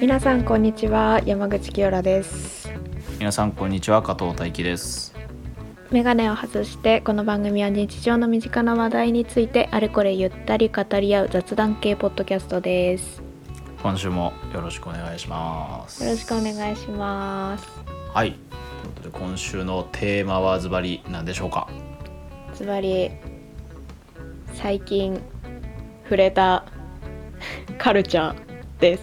皆さんこんにちは山口清良です皆さんこんにちは加藤大輝ですメガネを外してこの番組は日常の身近な話題についてあれこれゆったり語り合う雑談系ポッドキャストです今週もよろしくお願いしますよろしくお願いしますはいということで今週のテーマはズバリ何でしょうかつまり最近触れた カルチャーで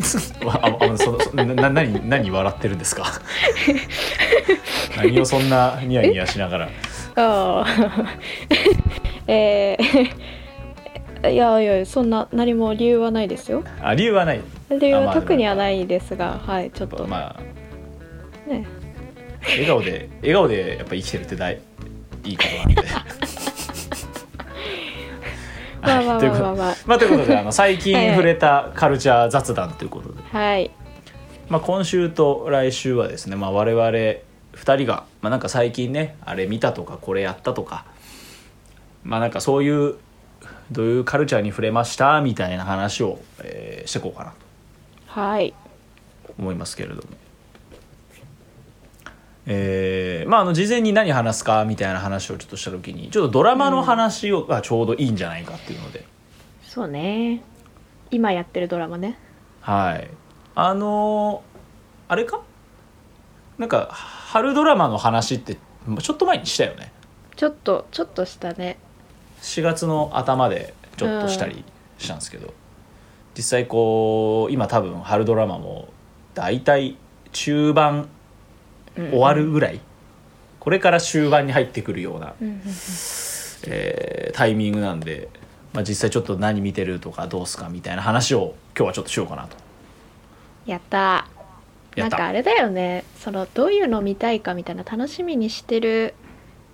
すわ ああそそなな何何笑ってるんで すか何をそんなニヤニヤしながらああ えーいやいやそんな何も理由はないですよあ理由はない理由あまはあ特にはないですがはいちょっとね、まあ笑顔で笑顔でやっぱ生きてるって大いいこと なんでまあまあはまあいというこまあとままあということであの最近はいはい触れたカルチャー雑談ということであはいまあ、今週と来週はですね、まあ、我々2人が、まあ、なんか最近ねあれ見たとかこれやったとかまあなんかそういうどういうカルチャーに触れましたみたいな話を、えーしていこうかなはいと思いますけれども。えーまあ、あの事前に何話すかみたいな話をちょっとした時にちょっとドラマの話をがちょうどいいんじゃないかっていうので、そうね今やってるドラマねはいあのーあれかなんか春ドラマの話ってちょっと前にしたよねちょっとちょっとしたね4月の頭でちょっとしたりしたんですけど、実際こう今多分春ドラマも大体中盤終わるぐらい、これから終盤に入ってくるような、うんえータイミングなんで、まあ、実際ちょっと何見てるとかどうすかみたいな話を今日はちょっとしようかなと。やったなやっんたかあれだよねそのどういうの見たいかみたいな楽しみにしてる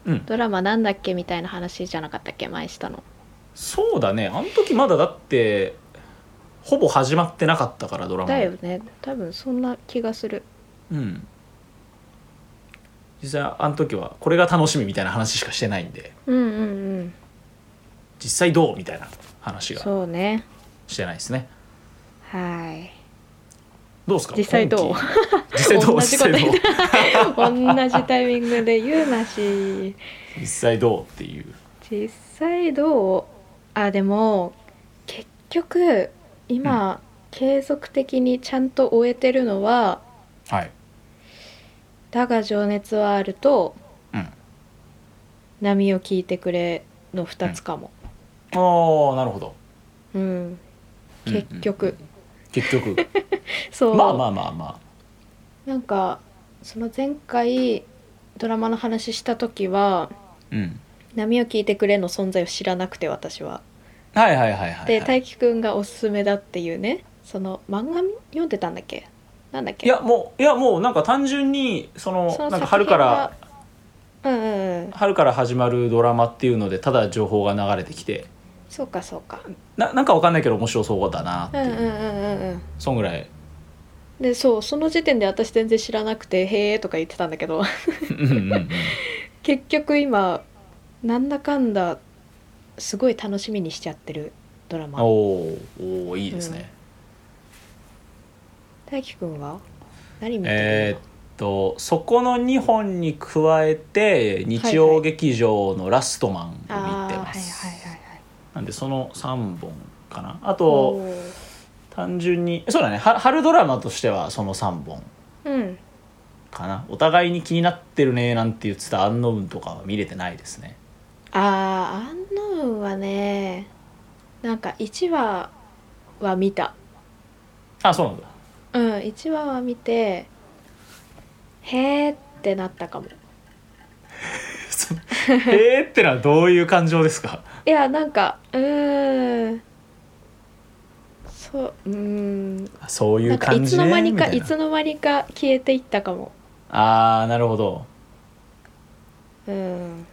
うんドラマなんだっけみたいな話じゃなかったっけ前したのそうだねあの時まだだってほぼ始まってなかったからドラマもだよね多分そんな気がするうん実際あの時はこれが楽しみみたいな話しかしてないんでうんうんうん実際どうみたいな話がそうねしてないですねはいどうですか実際どう今期実際どう 同実じこと際ど言うった 同じタイミングで言うなし 実際どうっていう実際どうあでも結局今、継続的にちゃんと終えてるのははい「だが情熱はある」とうん「波を聞いてくれ」の2つかも、ああなるほどうんうんうん結局、結局 そう、まあまあまあまなんかその前回ドラマの話した時はあうん「波を聞いてくれ」の存在を知らなくて私は。はいはいはいはい、ではい、大輝くんがおすすめだっていうねその漫画読んでたんだっけなんだっけいやもういやもうなんか単純にそのそのなんか作春品かはらうんうんうん春から始まるドラマっていうのでただ情報が流れてきてそうかそうかななんかわかんないけど面白そうだなってういんうう、んうんうんうんそんぐらいでそうその時点で私全然知らなくて「へえ」とか言ってたんだけど うんうんうん結局今なんだかんだすごい楽しみにしちゃってるドラマおーおーいいですね、大輝くんは何見てるの、えーっとそこの2本に加えて日曜劇場の「ラストマン」を見てあーまはいす、はいはいはいなんでその3本かなあおとー単純にそうだねは春ドラマとしてはその3本うんかなお互いに気になってるねなんて言ってた「アンノウン」とかは見れてないですねあーアンノウンはねなんか1話は見たあそう なんだうん1話は見てへーってなったかもえーってのはどういう感情ですかいやなんかうーんそううーんそういなんうかい感つじのね間にかみたいいなつの間にか消えていったかもああなるほどうん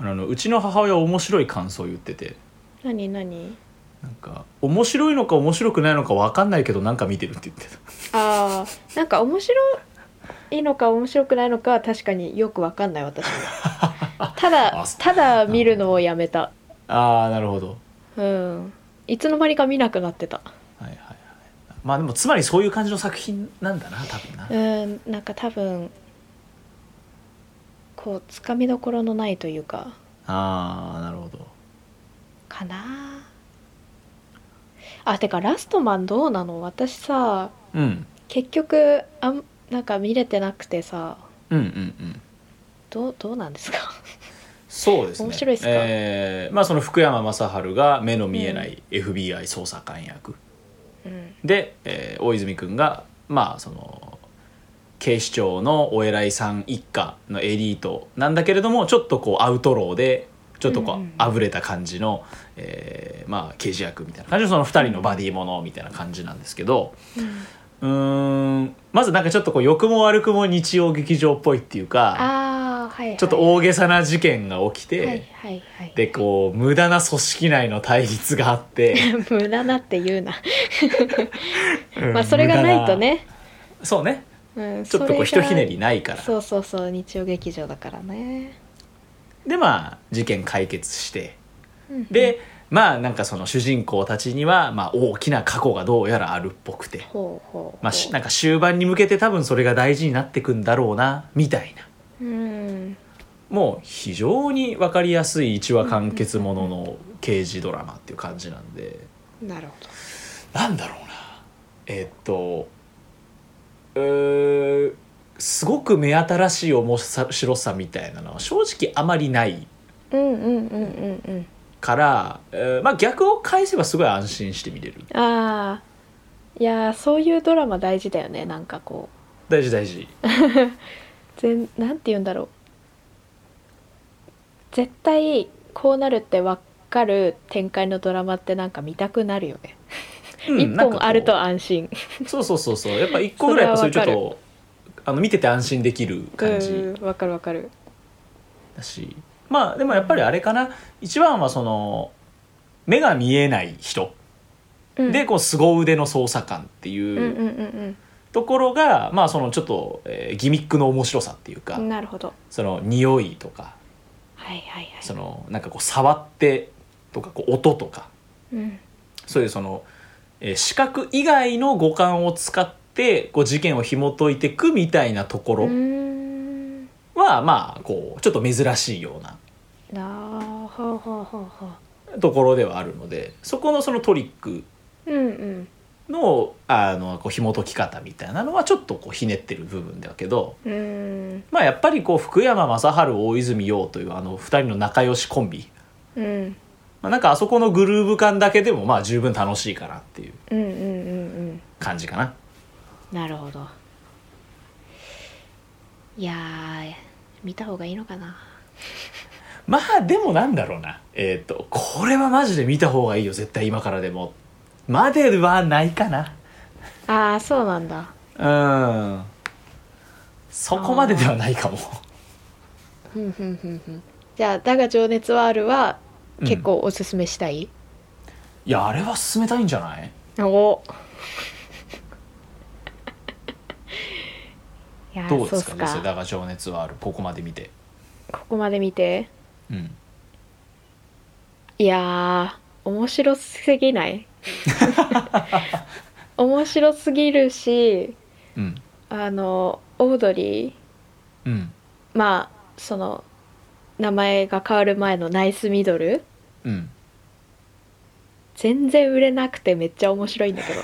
あのうちの母親面白い感想を言ってて何何なんか面白いのか面白くないのか分かんないけどなんか見てるって言ってたあーなんか面白いのか面白くないのかは確かによくわかんない私もただ あそうただ見るのをやめたああなるほどうんいつの間にか見なくなってたはいはいはいなんまあでもつまりそういう感じの作品なんだな多分な、うんなんか多分こうつかみどころのないというかああなるほどかなあてか「ラストマン」どうなの私さうん結局あんなんか見れてなくてさうんうんうんどうどうなんですか そうですね面白いっすかえーまあその福山雅治が目の見えない FBI 捜査官役、うんで、えー大泉君がまあその警視庁のお偉いさん一家のエリートなんだけれどもちょっとこうアウトローでちょっとこうんううんあぶれた感じの、えーまあ刑事役みたいな感じでその2人のバディものみたいな感じなんですけどうんうーんまずなんかちょっとこう欲も悪くも日曜劇場っぽいっていうかああはいはいちょっと大げさな事件が起きて、はいはいはいでこう無駄な組織内の対立があって、無駄なって言うなう んまあそれがないとね、無駄なそうねうん、ちょっとこうひそれとがひねりないからそうそうそう日曜劇場だからね、でまあ事件解決してうん、でまあなんかその主人公たちには、まあ、大きな過去がどうやらあるっぽくて、ほうほうほうまあ、しなんか終盤に向けて多分それが大事になってくんだろうなみたいなうんもう非常に分かりやすい一話完結ものの刑事ドラマっていう感じなんでなるほどなんだろうなえっとうーすごく目新しい面白さみたいなのは正直あまりないうんうんうんうんから、えーまあ、逆を返せばすごい安心して見れるうんああいやーそういうドラマ大事だよねなんかこう大事大事全なんて言うんだろう絶対こうなるってわかる展開のドラマってなんか見たくなるよねうん一、なんかこ本うあると安心そうそうそうそうやっぱ一個ぐらいやっぱそういうちょっそれとあの見てて安心できる感じうんわかるわかるだしまあでもやっぱりあれかな一番はその目が見えない人うんでこう凄腕の捜査官っていううんうんうんところがまあそのちょっと、えーギミックの面白さっていうか、うんなるほどその匂いとかはいはいはいそのなんかこう触ってとかこう音とかうんそういうその、えー視覚以外の五感を使ってこう事件を紐解いていくみたいなとこうーろんは、まあこうちょっと珍しいようななあほうほうほうほうところではあるのでそこのそのトリックうんうんのあのこう紐解き方みたいなのはちょっとこうひねってる部分だけど、うーんまあ、やっぱりこう福山雅治大泉洋というあの2人の仲良しコンビ、うんまあ、なんかあそこのグルーヴ感だけでもまあ十分楽しいかなっていううんうんうんうん感じかな。なるほどいやー見た方がいいのかなまあでもなんだろうなえっ、とこれはマジで見た方がいいよ絶対今からでもまではないかなああそうなんだうんそこまでではないかもふんふんふんふんじゃあ「だが情熱はある」はうん結構おすすめしたい、いやあれは進めたいんじゃない おいやーどうですそうかっ女性だが情熱はあるここまで見てここまで見てうんいやー面白すぎない 面白すぎるしうんあのオードリーうんまあその名前が変わる前のナイスミドル うん全然売れなくてめっちゃ面白いんだけど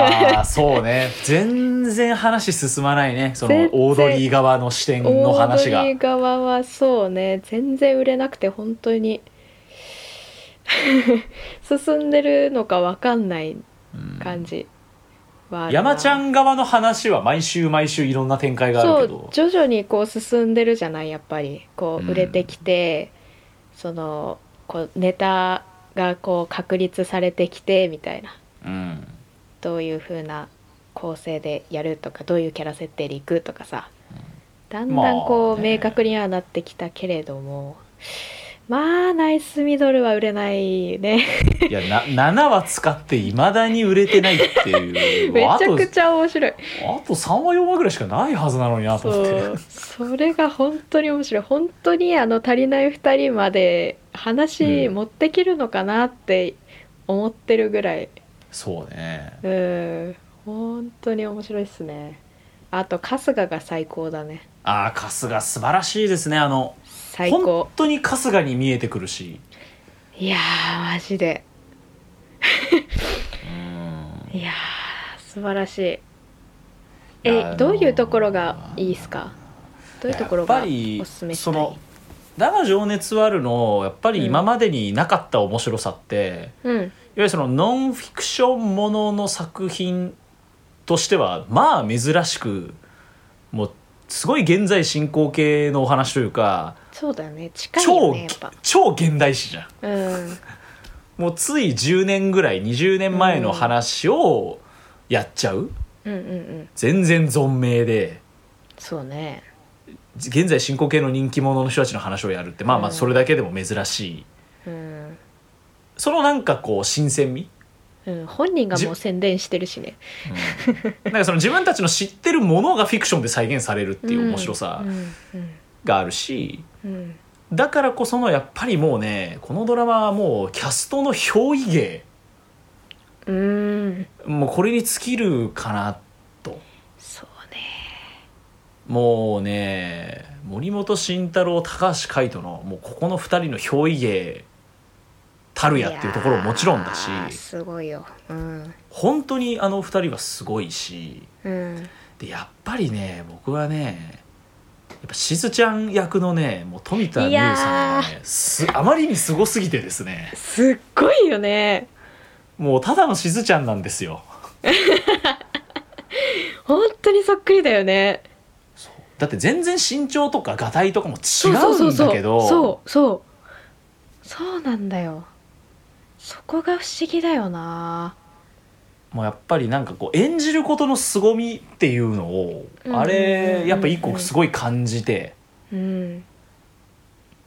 ああそうね全然話進まないねその全然オードリー側の視点 の話がオードリー側はそうね全然売れなくて本当に 進んでるのかわかんない感じはあるな山ちゃん側の話は毎週毎週いろんな展開があそるけどう徐々にこう進んでるじゃないやっぱりこうんう売れてきて、そのこうネタがこう確立されてきてみたいなうんどういう風な構成でやるとかどういうキャラ設定でいくとかさだんだんこう、まあね明確にはなってきたけれどもまあナイスミドルは売れないねいやな7話使っていまだに売れてないってい うめあちゃとくちゃ面白いあと3話4話ぐらいしかないはずなのになとそ思ってうそれが本当に面白い本当にあの足りない2人まで話うん持ってけるのかなって思ってるぐらい、そうそうねうん本当に面白いっすねあと春日が最高だねああ春日素晴らしいですねあの最高本当に春日に見えてくるしいやーマジでうんいやー素晴らしいいえやーどういうところがいいっすかどういうところやがっぱりおすすめしそたのい「だが情熱はあるの」やっぱり今までになかった面白さって、うんいわゆるそのノンフィクションものの作品としてはまあ珍しくもうすごい現在進行形のお話というかそうだね近いよ超、ねやっぱ超現代史じゃん。うんもうつい10年ぐらい20年前の話をやっちゃう、うんうんうん全然存命でそうね現在進行形の人気者の人たちの話をやるってまあまあうんそれだけでも珍しい、うん、そのなんかこう新鮮味、うん、本人がじもう宣伝してるしねなんかその自分たちの知ってるものがフィクションで再現されるっていう面白さうんうんがあるし、うんだからこそのやっぱりもうねこのドラマはもうキャストの憑依芸うん、うん、もうこれに尽きるかなとそうねもうね森本慎太郎高橋海人のもうここの2人の憑依芸たるやっていうところももちろんだしいやーすごいようん本当にあの2人はすごいしうんでやっぱりね僕はねやっぱしずちゃん役のねもう富田美優さんがいねすあまりにすごすぎてですねすっごいよねもうただのしずちゃんなんですよ本当にそっくりだよねだって全然身長とかがたいとかも違そううんそうだそけうどそうそうそうなんだよそこが不思議だよなもうやっぱりなんかこう演じることの凄みっていうのをうんあれやっぱ一個すごい感じてうん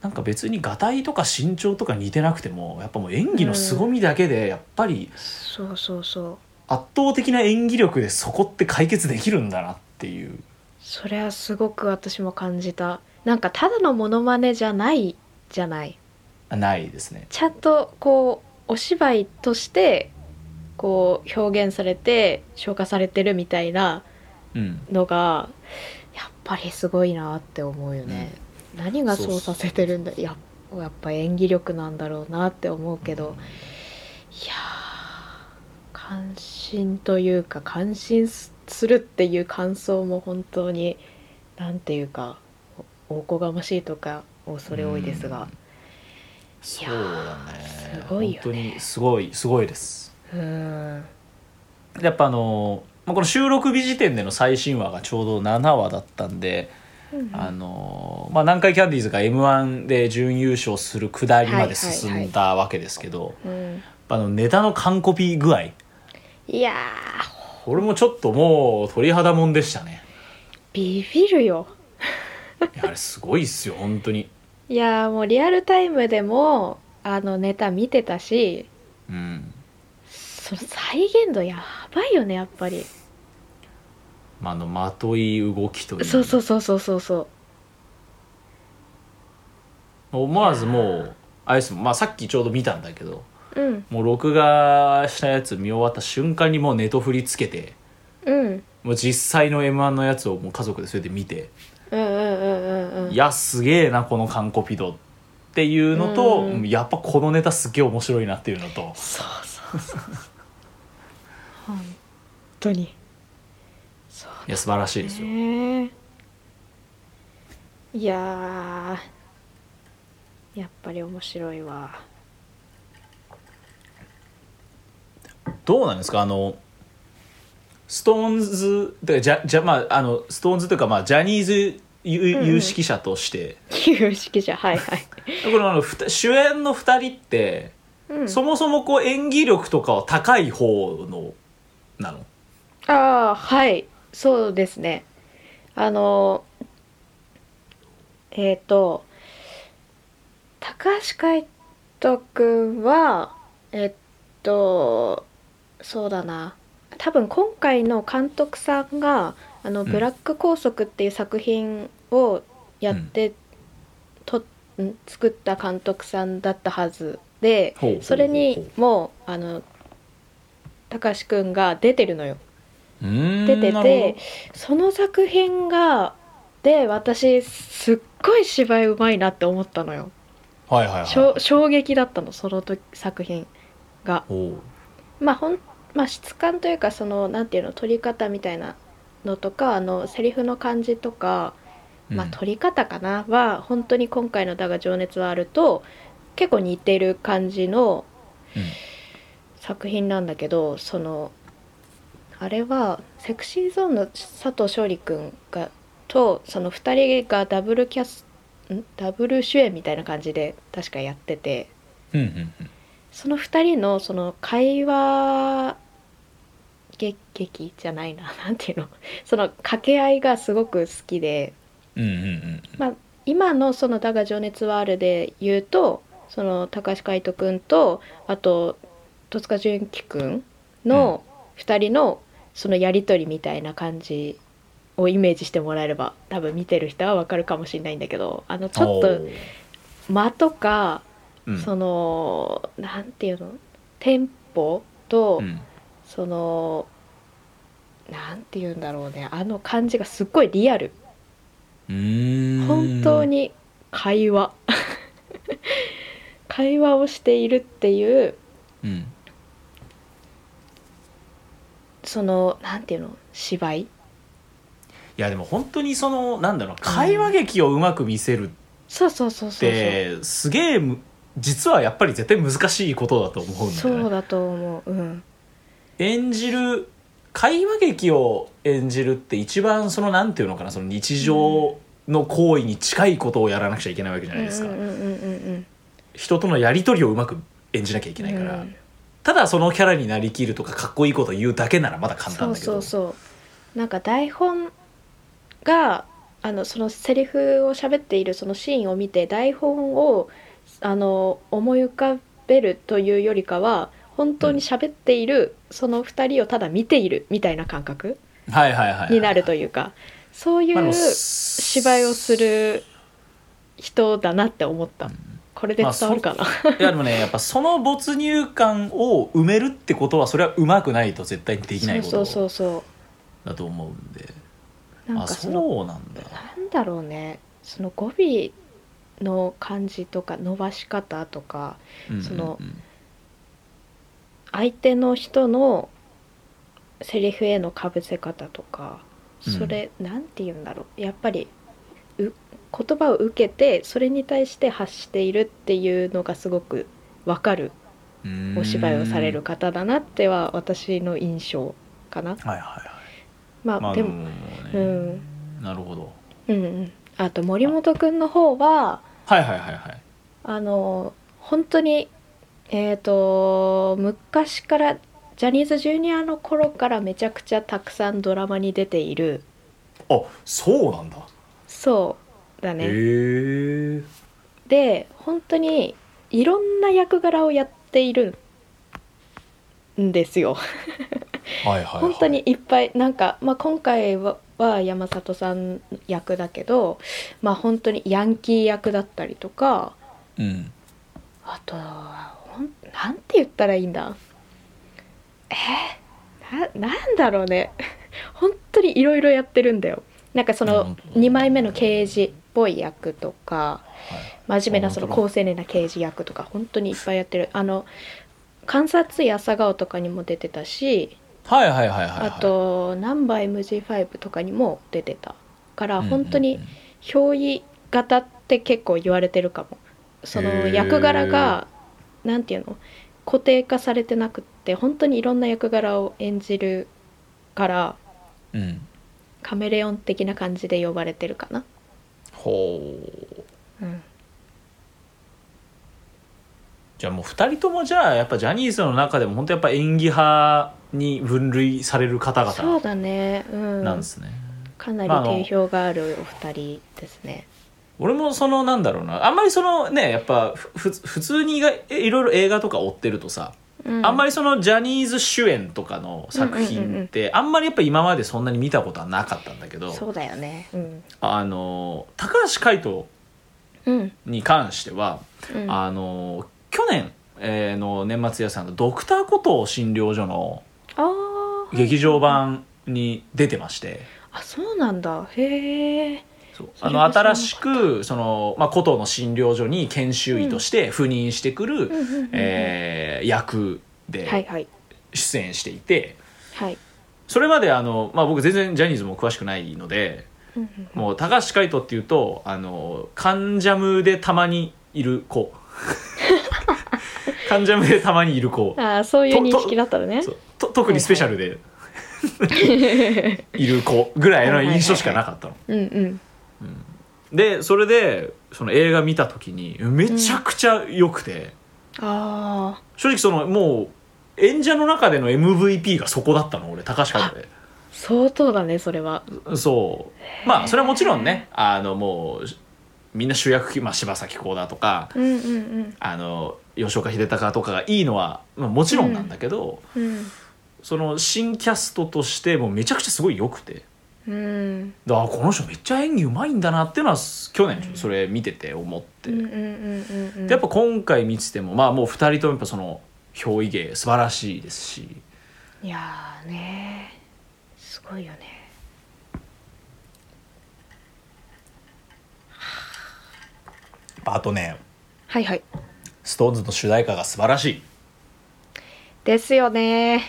なんか別にがたいとか身長とか似てなくてもやっぱもう演技の凄みだけでやっぱりそうそうそう圧倒的な演技力でそこって解決できるんだなっていうそれはすごく私も感じたなんかただのモノマネじゃないじゃないないですね。ちゃんとこうお芝居としてこう表現されて消化されてるみたいなうん、のがやっぱりすごいなって思うよね、何がそうさせてるんだやっやっぱ演技力なんだろうなって思うけど、いやー感心というか感心すするっていう感想も本当になんていうかおおこがましいとか恐れ多いですが、そうだねすごいよね本当にすごいすごいですうーんやっぱあのまあこの収録日時点での最新話がちょうど7話だったんで、あのまあ、南海キャンディーズが m 1で準優勝する下りまで進んだわけですけど、うん、あのネタの完コピ具合いやこれもちょっともう鳥肌もんでしたねービビるよいやあれすごいっすよ本当にいやーもうリアルタイムでもあのネタ見てたしうんその再現度やばいよねやっぱりまああのまとい動きというそうそうそうそうそうそう思わずもうあれですもんまあさっきちょうど見たんだけどうんもう録画したやつ見終わった瞬間にもうネトフリつけてうんもう実際の m 1のやつをもう家族でそれで見て、うんうんうんうんうんいやすげえなこの完コピ度っていうのと、うんうんやっぱこのネタすげえ面白いなっていうのとそうそうそう本当にそういや素晴らしいですよ、ねいやーやっぱり面白いわ どうなんですかあのストーンズてかじゃじゃまああのストーンズというかまあジャニーズ有うんうん有識者として、有識者はいはいこのあのふた主演の2人って、うんそもそもこう演技力とかは高い方のなのああはいそうですねあのえっ、と高橋海人君はえっとそうだな多分今回の監督さんが「あのんブラック拘束」っていう作品をやって、とん作った監督さんだったはずでほうほうほうほうそれにもうあの貴司君が出てるのよ出出ててその作品がで私すっごい芝居うまいなって思ったのよはいはいはいしょ衝撃だったのその時作品がおうまあほん、まあ、質感というかそのなんていうの撮り方みたいなのとかあのセリフの感じとか、まあ、うん撮り方かな、は本当に今回の「だが情熱はあると」結構似てる感じのうん作品なんだけどそのあれはセクシーゾーンの佐藤勝利君がとその2人がダブルキャスんダブル主演みたいな感じで確かやっててうんうんうんその2人のその会話げ劇じゃないななんていうの その掛け合いがすごく好きでうんうんうん今のその「だが情熱はある」で言うとその高橋海人君とあと戸塚純喜君の2人のそのやり取りみたいな感じをイメージしてもらえれば多分見てる人はわかるかもしれないんだけどあのちょっおとう間とか、うんそのなんていうのテンポと、うんそのなんて言うんだろうねあの感じがすっごいリアルうーん本当に会話 会話をしているっていううんそのなんていうの芝居いやでも本当にそのなんだろう会話劇をうまく見せるそうそうそうっそうてすげえむ実はやっぱり絶対難しいことだと思うんだそようねそうだと思ううん演じる会話劇を演じるって一番そのなんていうのかなその日常の行為に近いことをやらなくちゃいけないわけじゃないですか、うんうんうんうん人とのやり取りをうまく演じなきゃいけないから、うんただそのキャラになりきるとかかっこいいこと言うだけならまだ簡そ単うだけどそうそうなんか台本があのそのセリフを喋っているそのシーンを見て台本をあの思い浮かべるというよりかは本当に喋っている、その2人をただ見ているみたいな感覚はいはいはいはいになるというかそういまあでうも芝居をする人だなって思ったこれで伝わるかな、いやでもねやっぱその没入感を埋めるってことはそれはうまくないと絶対にできないこそうそとうそうそだと思うんでうなんあかそそのうなんだなんだろうねその語尾の感じとか伸ばし方とかうんうんうんその相手の人のセリフへのかぶせ方とかそれ、なんて言うんだろうやっぱりう言葉を受けてそれに対して発しているっていうのがすごくわかるうーんお芝居をされる方だなっては私の印象かな。はいはいはいまあ、まあででも、もね、うんなるほどうんうん、あと森本くんの方ははいはいはいはいあの本当にえっ、と昔からジャニーズジュニアの頃からめちゃくちゃたくさんドラマに出ているあそうなんだ、そうだへね、えで本当にいろんな役柄をやっているんですよはいはい、はい、本当にいっぱいなんか、まあ、今回はは山里さん役だけど、まあ、本当にヤンキー役だったりとかうんあとはほんなんて言ったらいいんだえー、ななんだろうね本当にいろいろやってるんだよなんかそうんの2枚目の刑事っぽい役とかはい真面目なそのあ本高当青年な刑事役とか本当にいっぱいやってるあの観察医朝顔とかにも出てたしはいはいはいはいはいあと「ナンバ MG5」とかにも出てたからうんうん本当に憑依型って結構言われてるかもそへのー役柄がなんていうの固定化されてなくって本当にいろんな役柄を演じるからうんうんカメレオン的な感じで呼ばれてるかな、ほううん、じゃあもう二人ともじゃあやっぱジャニーズの中でも本当やっぱ演技派に分類される方そう々だねうんなんですね、かなりまああの定評があるお二人ですね、俺もそのなんだろうなあんまりそのねやっぱふふ普通にいがいろいろ映画とか追ってるとさ、あんまりりそのジャニーズ主演とかの作品ってあんまりやっぱ今までそんなに見たことはなかったんだけどそうだよねうんあの高橋海人うんに関してはうんあの去年えーの年末屋さんの「ドクターコトー診療所」のあー劇場版に出てましてあそうなんだへえそうそれあはの新しくその、まあ、古都の診療所に研修医として赴任してくる、えー役はいではい出演していて、はいそれまであの、まあ、僕全然ジャニーズも詳しくないのでうんうんもう高橋海人っていうとあのカンジャムでたまにいる 子カンジャムでたまにいる子ああそういう認とと識だったらねそうと特にスペシャルでいる子ぐらいの印象しかなかったの。 うんうんでそれでその映画見た時にめちゃくちゃ良くて、ああ正直そのもう演者の中での MVP がそこだったの俺高橋海人で。相当だねそれはそうまあそれはもちろんねあのもうみんな主役級、まあ、柴咲コウだとかうんうんあの吉岡秀隆とかがいいのは、まあ、もちろんなんだけど、うんその新キャストとしてもうめちゃくちゃすごい良くてうんうんだからこの人めっちゃ演技うまいんだなっていうのは去年それ見てて思って、うんうんうんうんうんでやっぱ今回見ててもまあもう2人ともやっぱその憑依芸素晴らしいですしいやーねすごいよねあとねはいはい SixTONES の主題歌が素晴らしいですよね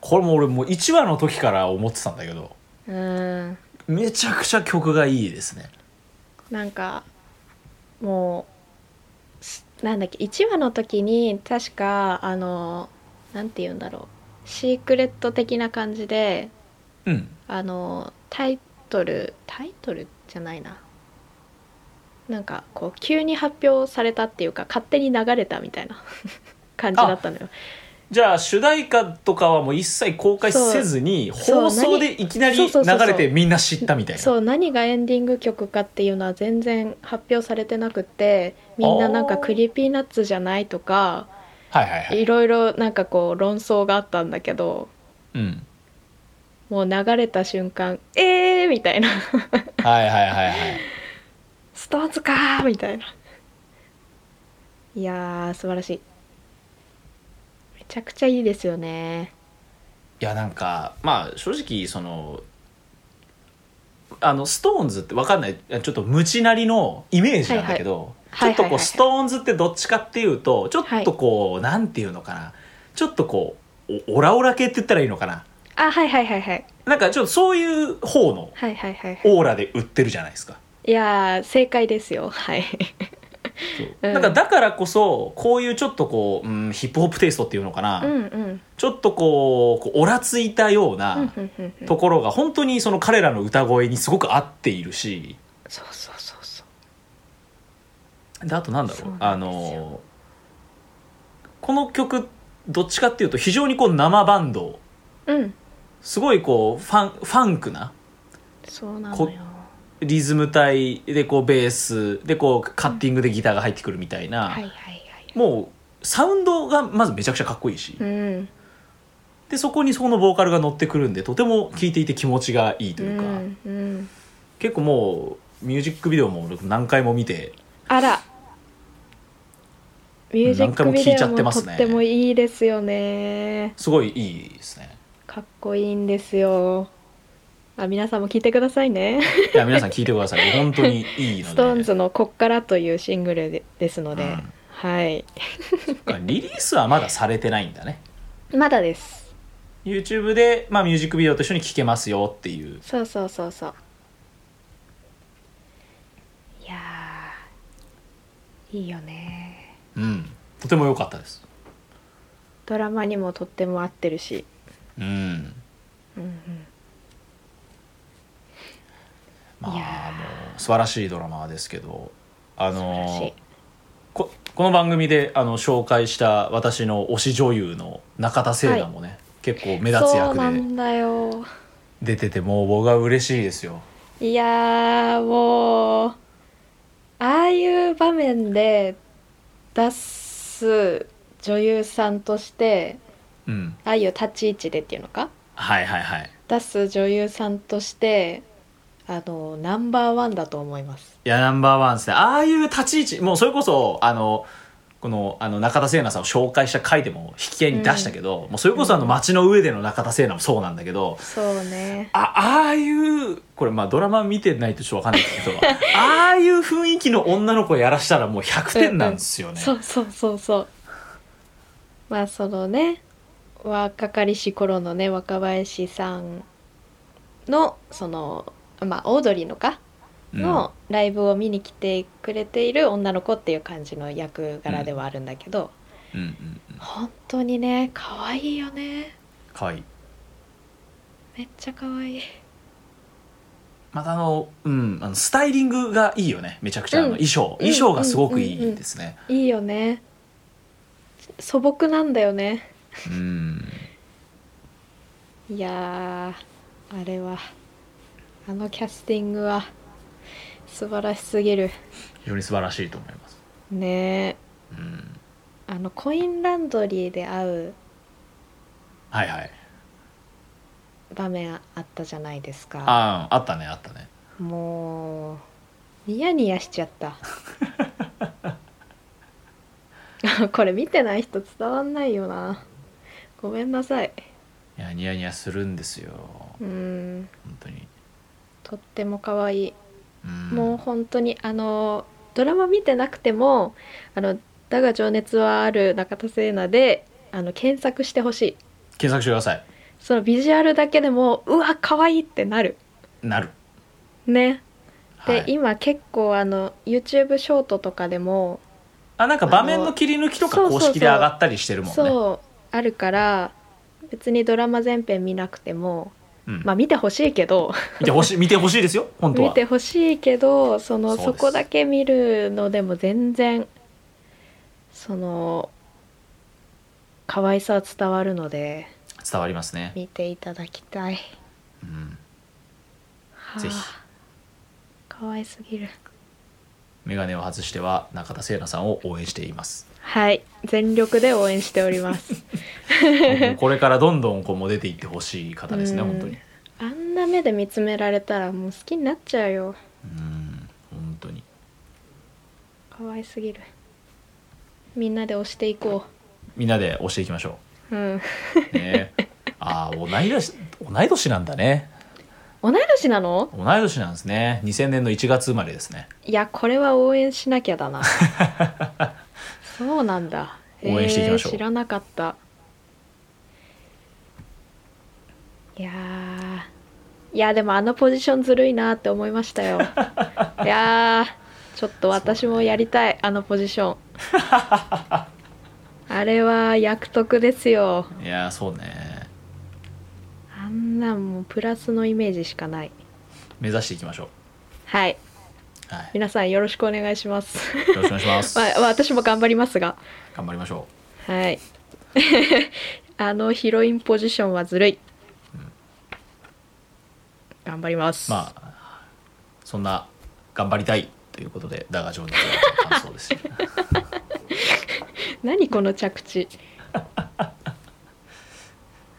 これも俺もう1話の時から思ってたんだけどうんめちゃくちゃ曲がいいですねなんかもうすなんだっけ1話の時に確かあのなんて言うんだろうシークレット的な感じでうんあのタイトルタイトルじゃないななんかこう急に発表されたっていうか勝手に流れたみたいな 感じだったのよじゃあ主題歌とかはもう一切公開せずにそう放送でいきなり流そう何れてみんな知ったみたいなそう何がエンディング曲かっていうのは全然発表されてなくてみんななんあかークリーピーナッツじゃないとかはいはいはいいろいろなんかこう論争があったんだけどうんもう流れた瞬間「えー!」みたいな はいはいはいはい「ストーンズかー!」みたいないやー素晴らしいめちゃくちゃいいですよねいやなんかまあ正直そのあのストーンズってわかんないちょっと無知なりのイメージなんだけど、はいはいちょっとはいはいはこういストーンズってどっちかっていうとちょっとこう、なんていうのかなちょっとこうおオラオラ系って言ったらいいのかなあはいはいはいはいなんかちょっとそういう方のはいはいはいはいオーラで売ってるじゃないですか。いやー正解ですよはいうんなんかだからこそこういうちょっとこう、うん、ヒップホップテイストっていうのかな、うんうんちょっとこうこうオラついたうようんうんなうんうんところが本当にその彼らの歌声にすごく合っているし。そうそうそうそうであとなんだそろううなんですよあのこの曲どっちかっていうと非常にこう生バンドうんすごいこうファンファンクなそうなのよリズム体でこうベースでこうカッティングでギターが入ってくるみたいな、はいはいはいはいもうサウンドがまずめちゃくちゃかっこいいし、うんでそこにそこのボーカルが乗ってくるんでとても聴いていて気持ちがいいとういうか、んうん結構もうミュージックビデオも俺何回も見てあら。ミュージックビデ何回も聞いちゃオってもまとすっねてもいいですよね。すごいいいですね。かっこいいんですよ。あ、皆さんも聞いてくださいね。いや皆さん聞いてください本当にいいのスで。トーンズのこっからというシングルでですので、うんはい。リリースはまだされてないんだねまだです。 YouTube で、まあ、ミュージックビデオと一緒に聴けますよっていうそうそうそうそう。いやー、いいよね。うんとても良かったですドラマにもとっても合ってるし。うんうんうん。まあいやーあの素晴らしいドラマですけどあ素晴らしいの。ここの番組であの紹介した私の推し女優の中田聖奈もね、結構目立つそう役なでんだよ。出ててもう僕は嬉しいですよいやーもうああいう場面で出す女優さんとしてうんああいう立ち位置でっていうのかはいはいはい出す女優さんとしてあのナンバーワンだと思います。いやナンバーワンですねああいう立ち位置もうそれこそあのこのあの中田聖奈さんを紹介した回でも引き合いに出したけど、もうそれこそあの街の上での中田聖奈もそうなんだけど、そうねあああいうこれまあドラマ見てないとちょっとわかんないです けどああいう雰囲気の女の子やらしたらもう100点なんですよね。そうそうそうそうまあそのね若かりし頃のね若林さんのそのまあオードリーのかうんのライブを見に来てくれている女の子っていう感じの役柄ではあるんだけど、うんうんうん本当にね可愛いよね可愛いめっちゃ可愛いまたあの、うん、あのスタイリングがいいよねめちゃくちゃあのうん衣装、うん衣装がすごくいいですね。いいよね素朴なんだよねうんいやーあれはあのキャスティングは素晴らしすぎる非常に素晴らしいと思います。ねえうん、あのコインランドリーで会うはいはい場面あったじゃないですかあああったねあったね。もうニヤニヤしちゃった これ見てない人伝わんないよなごめんなさいいやニヤニヤするんですようん本当に。とっても可愛いうん、もう本当にあのドラマ見てなくても「あのだが情熱はある中田聖奈で」あの検索してほしい検索してください。そのビジュアルだけでもうわ可愛いってなるなる。ねで、はい、今結構あの YouTube ショートとかでもあなんか場面の切り抜きとか公式で上がったりしてるもんね。そうあるから別にドラマ全編見なくてもうんまあ見てほしいけど見てほしい見てほしいですよ本当は見てほしいけどそのそうそですこだけ見るのでも全然その可愛さは伝わるので伝わりますね、見ていただきたい、うん、はあぜひ可愛すぎるメガネを外しては中田聖奈さんを応援しています はい全力で応援しております もうこれからどんどんこうもう出ていってほしい方ですねうん本当にあんな目で見つめられたらもう好きになっちゃうようん本当に可愛すぎるみんなで押していこみんなで押していきましょううんうねああ同い年同い年なんだね同い年なの同い年なんですね2000年の1月生まれですねいやこれは応援しなきゃだ なそうなんだ応援していきましょうえー知らなかったいやーいやでもあのポジションずるいなって思いました よいやーちょっと私もやりたい、あのポジ ションあれは役得ですよいやーそうねあんなんもうプラスのイメージしかない目指していきましょはいう はい皆さんよろしくお願いしますよろしくお願いします、まあ私も頑張りますが頑張りましょはい あのヒロインポジションはずるい、頑張りますうまあそんな頑張りたいということでだが情熱の感想です何この着 地じゃあ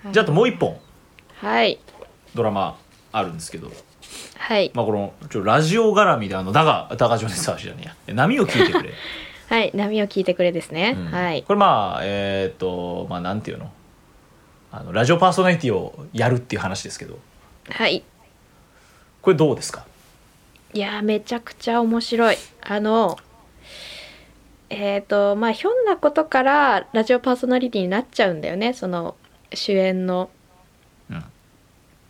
あともう一本はいドラマあるんですけど、はいまあ、このちょラジオ絡みであのだが「だが情熱は知らねえや」波を聞いて くれ」はい波を聞いてくれですね、うんはいこれまあえーっ、とまあなんていうのあのラジオパーソナリティをやるっていう話ですけどはいこれどうですかいやーめちゃくちゃ面白いあのえっ、とまあひょんなことからラジオパーソナリティになっちゃうんだよねその主演のうん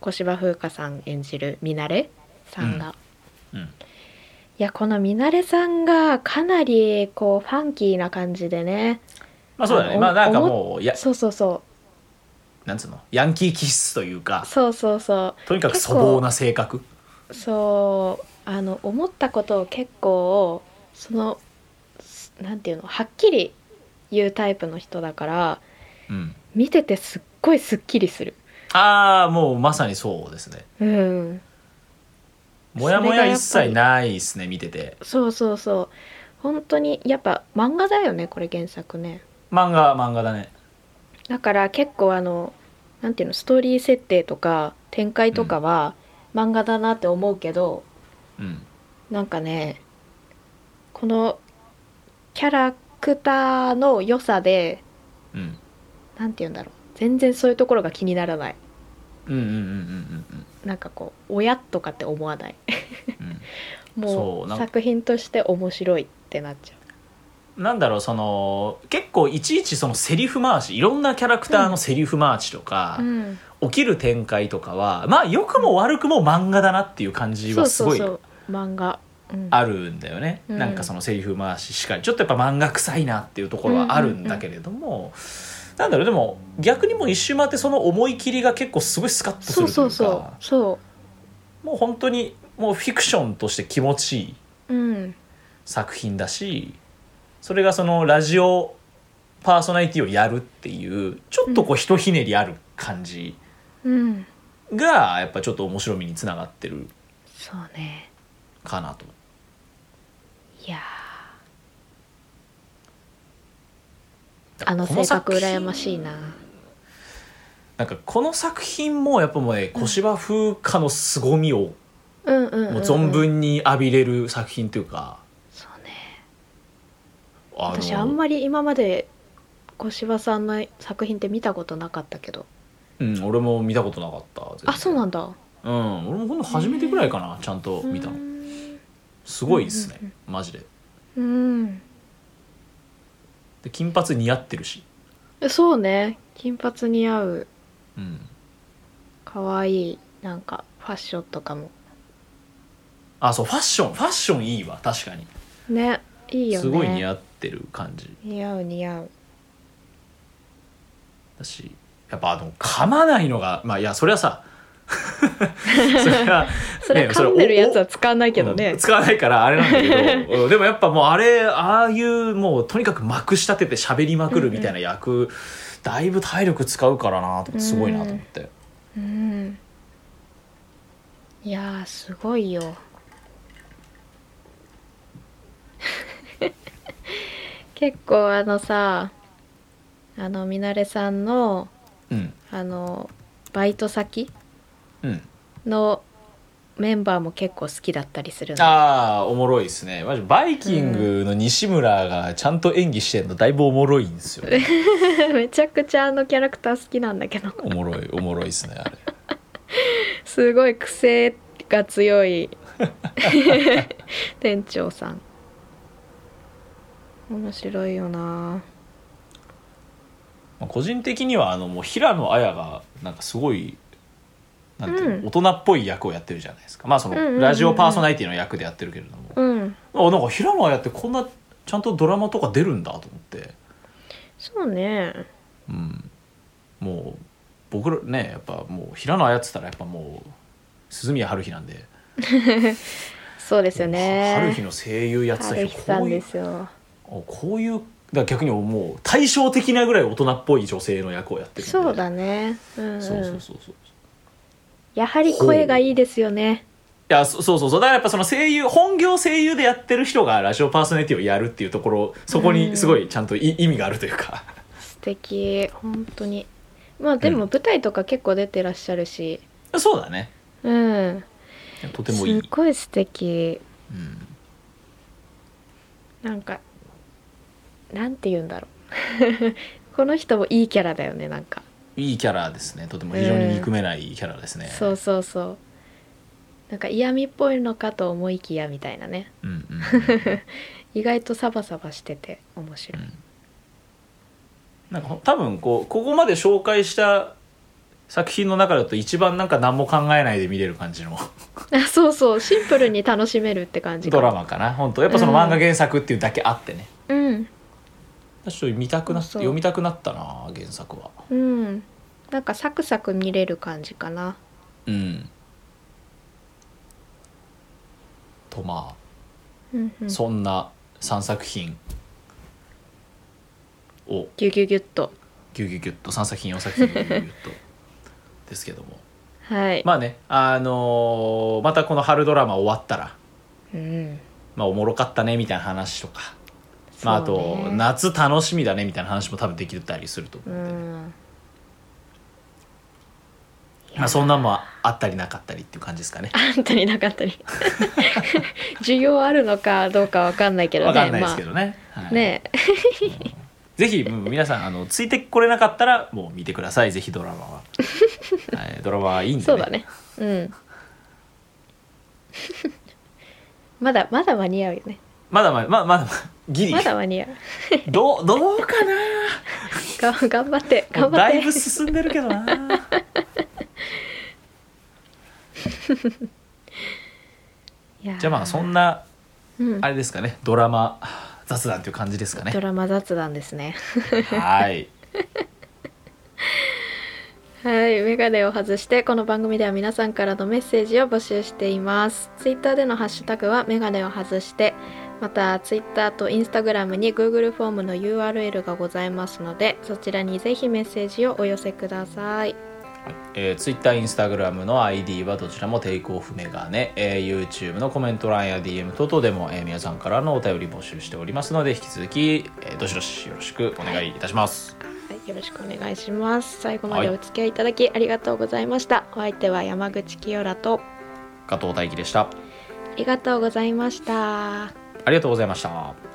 小芝風花さん演じるミナレさんが、ううんいやこのミナレさんがかなりこうファンキーな感じでねまあそうだあねのまあなんか思っもうやそうそうそなんつうのヤンキー気質というかうそうそうそとにかく結粗構暴な性格うそうあの思ったことを結構そのすなんていうのはっきり言うタイプの人だからうん見ててすっごいすっきりするああもうまさにそうですねうんもやもや一それ切がないですね見ててそうそうそう本当にやっぱ漫画だよねこれ原作ね漫画漫画だねだから結構あのなんていうのストーリー設定とか展開とかは漫画だなって思うけど、うんなんかねこのキャラクターの良さでうんなんて言うんだろう全然そういうところが気にならないうんうんうんうんうんなんかこう親とかって思わ ないうんそもううなんか作品として面白いってなっちゃなんだろうその結構いちいちそのセリフ回しいろんなキャラクターのセリフ回しとか、う、うん、起きる展開とかはまあ良くも悪くも漫画だなっていう感じそはうすそごういそう漫画、うん、あるんだよね、うんなんかそのセリフ回ししかりちょっとやっぱ漫画臭いなっていうところはあるんだけれども、なんだろうでも逆にもう一周回ってその思い切りが結構すごいスカッとすそるうといそううそかうそもう本当にもうフィクションとして気持ちいい。ううん作品だしそれがそのラジオパーソナリティをやるっていうちょっとこうひとひねりある感じうんがやっぱちょっと面白みにつながってるそうねかなと。いやーあのこの性作格品羨ましいななんかこの作品もやっぱもうね小芝風花の凄みをうんうんうん、もう、うん存分に浴びれる作品というか、そうねあの私あんまり今まで小芝さんの作品って見たことなかったけどうん、俺も見たことなかった全然あそうなんだうん俺もほんの初めてぐらいかなちゃんと見たうのーんすごいですね、うんうんマジでうんで金髪似合ってるし、そうね金髪似合ううん、可愛いなんかファッションとかもあそうファッションファッションいいわ確かにねいいよねすごい似合う合ってる感じ似合う似合うだしやっぱあの噛まないのがまあいやそれはさ それはそれね噛んでるやつそれは使わないけどうねん使わないからあれなんだけ どうんでもやっぱもうあれああいうもうとにかくまくし立てて喋りまくるみたいな役、だいぶ体力使うからなと思ってすごいなと思って、うんいやーすごいよ 結構あのさあのみなれさんのうんあのバイト先うん、のメンバーも結構好きだったりするのああおもろいですねマジバイキングの西村がちゃんと演技してんのだいぶおもろいんです よ、ね、めちゃくちゃあのキャラクター好きなんだけど おもろいおもろいですねあれすごい癖が強 い店長さん面白いよなまあ個人的にはあのもう平野綾がなんかすごいなんていうの、うん大人っぽい役をやってるじゃないですかまあそうんうんうんのうんラジオパーソナリティの役でやってるけれども、うんあなんか平野綾ってこんなちゃんとドラマとか出るんだと思って、そうねうん、もう僕らねやっぱもう平野綾って言ったらやっぱもう鈴宮春日なんでそうですよ春日ねの声優やってた春人日さんこういでうすよあこういうだから逆にもう対照的なぐらい大人っぽい女性の役をやってるんでそうだねうん、うん、そうそうそうそうやはり声がいいですよねいやそそうそうそうだからやっぱその声優本業声優でやってる人がラジオパーソナリティをやるっていうところそこにすごいちゃんとい、意味があるというか素敵本当にまあでもうん舞台とか結構出てらっしゃるし そうだねうん、とてもいい、すごい素敵うんなんかなんて言うんだろう この人もいいキャラだよねなんか、いいキャラですねとても非常に憎めないキャラですね、そうそうそうなんか嫌味っぽいのかと思いきやみたいなねうんうんうん 意外とサバサバしてて面白い、なんか多分こうここまで紹介した作品の中だと一番なんか何も考えないで見れる感じのあ そうそうシンプルに楽しめるって感じかドラマかな本当やっぱその漫画原作っていうだけあってね、うんちょっと見たくなっそう読みたくなったな原作はうんなんかサクサク見れる感じかなうんとまあ、うんうんそんな3作品をギュギュギュッとギュギュギュッと3作品4作品ギュギュギュッとですけどもはい、まあねあのーまたこの春ドラマ終わったら、うんまあ、おもろかったねみたいな話とか、まあ、あそうとね夏楽しみだねみたいな話も多分できたりするとう思うんでね、んまあ、そんなんもあったりなかったりっていう感じですかねあ んたになかったり需要あるのかどうかわかんないけどねわかんないですけどね、はいねえぜひもう皆さんあのついてこれなかったらもう見てくださいぜひ ドラマは、はい、ドラマはいいんで、ね、そうだねうん まだまだ間に合うよねまだまだまだまだギリまだ間に合う どうどうかなが頑張って頑もう張だいっぶて進んでるけどないやーじゃあまあそんなうんあれですかねドラマ雑談という感じですかねドラマ雑談ですねはいはいメガネを外してこの番組では皆さんからのメッセージを募集していますツイッターでのハッシュタグはメガネを外してまたツイッターとインスタグラムに Google フォームの URL がございますのでそちらにぜひメッセージをお寄せくださいえー、Twitter、Instagram の ID はどちらもテイクオフメガネ、えー YouTube のコメント欄や DM 等々でも、えー皆さんからのお便り募集しておりますので引き続き、えーどしどしよろしくお願いいたします。はい、よろしくお願いします。最後までお付き合いいただきありがとうございました。お相手は山口清良と加藤大輝でした。ありがとうございました。ありがとうございました。